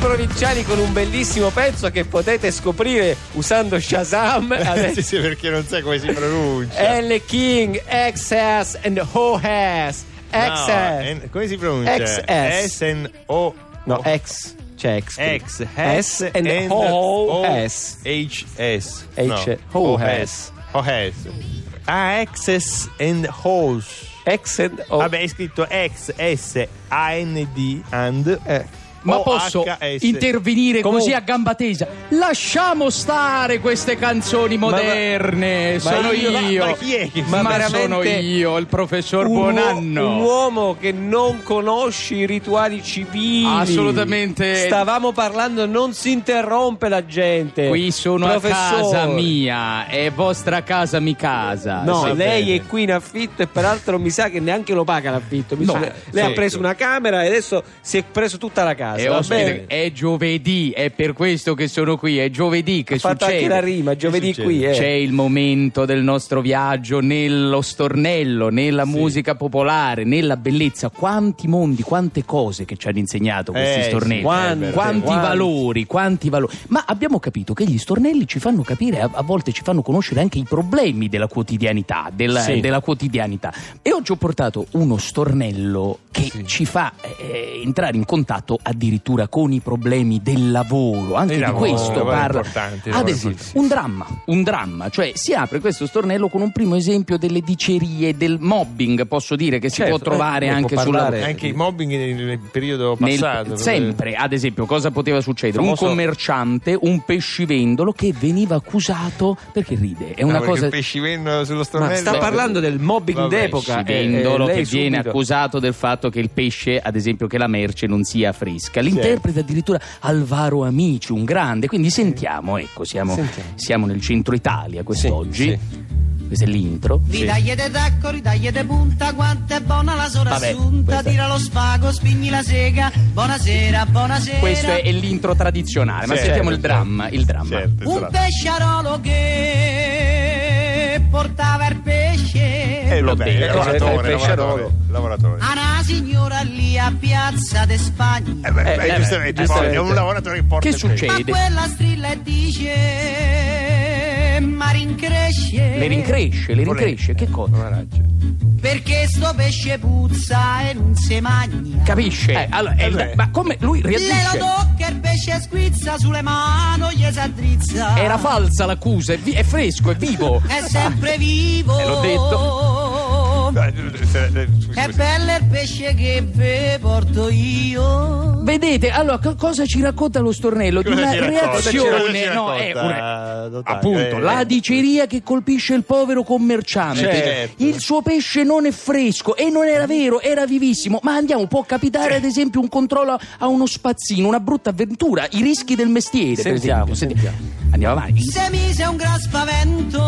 provinciali con un bellissimo pezzo che potete scoprire usando Shazam. Eh, sì, sì, perché non sai come si pronuncia. L King, XS and OS. No, XS. en- come si pronuncia? XS. S N O No, X. C'è X. qui. X S and O S. H S H- O S. O S Ah, Xs and Hose. X and O. Vabbè, è scritto X S A N D and Eh. Ma O posso HS. intervenire Come- così a gamba tesa? Lasciamo stare queste canzoni moderne. ma sono io- io. ma- ma chi è che- Ma ma veramente- sono io, il professor Un uo- Buonanno. un uomo che non conosce i rituali civili. Assolutamente. Stavamo parlando, non si interrompe la gente. Qui sono Professore. a casa mia, è vostra casa mi casa. No, Sì, lei bene. è qui in affitto e peraltro mi sa che neanche lo paga l'affitto. Mi No, eh, sa- lei ha sì. preso una camera e adesso si è preso tutta la casa. È, va ospite- bene? è giovedì, è per questo che sono qui, è giovedì che Ha fatto anche la succede. rima, giovedì succede? qui. eh. C'è il momento del nostro viaggio nello stornello, nella musica popolare, nella bellezza. Quanti mondi, quante cose che ci hanno insegnato questi Eh, sì, stornelli. quanti, quanti quanti. valori, quanti valori. Ma abbiamo capito che gli stornelli ci fanno capire, a, a volte ci fanno conoscere anche i problemi della quotidianità, del- Sì. della quotidianità. E oggi ho portato uno stornello che ci fa eh, entrare in contatto addirittura con i problemi del lavoro. Anche Il di lavoro, eh, questo guarda, parla. importante, il Ad lavoro esempio, importante. un dramma, un dramma, cioè si apre questo stornello con un primo esempio delle dicerie, del mobbing, posso dire, che si Certo, può trovare eh, ne anche può sulla parlare. Anche i mobbing nel, nel periodo nel- passato. sempre, ad esempio, cosa poteva succedere? Un Famoso- commerciante, un pescivendolo che veniva accusato perché ride. È Ah, No, una perché cosa. il pescivendolo sullo Ma stornello. sta parlando del mobbing Vabbè, d'epoca. eh, eh, pescivendolo lei che viene subito. accusato del fatto che il pesce, ad esempio, che la merce non sia fresca. L'interprete addirittura Alvaro Amici, un grande. Quindi sentiamo, ecco, siamo, Sentiamo. siamo nel centro Italia quest'oggi. sì. Questa è l'intro. Ridaglie de tacco, ridaglie de punta, quanto è buona la Vabbè, sorassunta, questa è- tira lo spago, spigni la sega, buonasera, buonasera. Questo è, è l'intro tradizionale, ma Certo, sentiamo il certo. dramma, il dramma. Certo, Un sarà- pesciarolo che portava il pesce. Eh, vabbè, detto, certo, lavoratore, il lavoratore, lavoratore. Ah, A una signora lì a Piazza de Spagna. Eh, beh, eh, beh, giustamente, eh, poi giustamente. è un lavoratore che porta Che il pesce. succede? Ma quella strilla e dice, ma rincresce. Le rincresce, le rincresce, che cosa? Poveraccio. Perché sto pesce puzza e non si magna. Capisce? Eh, allora, è il- vabbè. ma come lui Le lo reagisce? tocca il pesce squizza sulle mani, gli si addrizza. Era falsa l'accusa, è, vi- è fresco, è vivo. È sempre vivo. Eh, l'ho detto. Eh, se- eh, scusi, È scusi. bello il pesce che ve porto io. Vedete, allora co- cosa ci racconta lo stornello? Di Cosa una ci racconta? Cosa ci reazione, no, racconta, è una- dottore? appunto, Eh, la diceria che colpisce il povero commerciante. Certo. Il suo pesce non è fresco e non era vero, era vivissimo. Ma andiamo, può capitare Certo. ad esempio un controllo a uno spazzino, una brutta avventura, i rischi del mestiere, per Sentiamo, esempio. Senti- Andiamo avanti. Ecco, Se mise un gran spavento.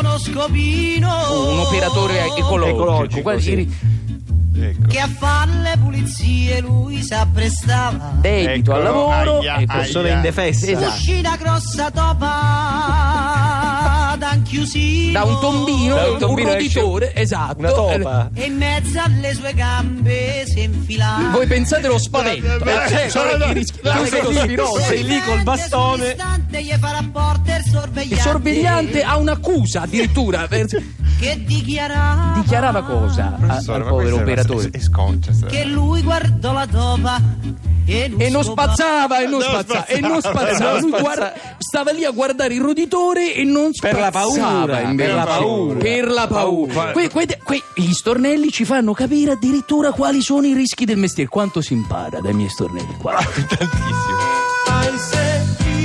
Uno scopino. Un operatore ecologico, Ecologico, quasi- sì. Ecco. Che a fare le pulizie lui s'apprestava. dedito al Eccolo, lavoro. aia, ecco, aia. Sono indefessa. Esatto. Uscì una grossa topa. Da un chiusino. Da un tombino, Da un un, tombino roditore, esatto. Una topa. E in mezzo alle sue gambe si infilava. Voi pensate lo spavento, Eh, eh, certo, sono no, no. i rischi- La- la- sei lo lì, spirone. sei lì col bastone. istante gli farà portare il sorvegliante. Il sorvegliante ha un'accusa addirittura. per- Che dichiarava. Dichiarava cosa a- al Professore, ma povero questo è- operatore? È, è sconcia. sta- Che lui guardò la topa e non, E non scopava. spazzava, e non Non spazzava, e non spazzava. spazzava. Lui Non guarda- stava lì a guardare il roditore e non Per la spazzava. paura, invece. per la paura. Per la paura. Que- que- que- gli stornelli ci fanno capire addirittura quali sono i rischi del mestiere. Quanto si impara dai miei stornelli qua. Tantissimo. I said,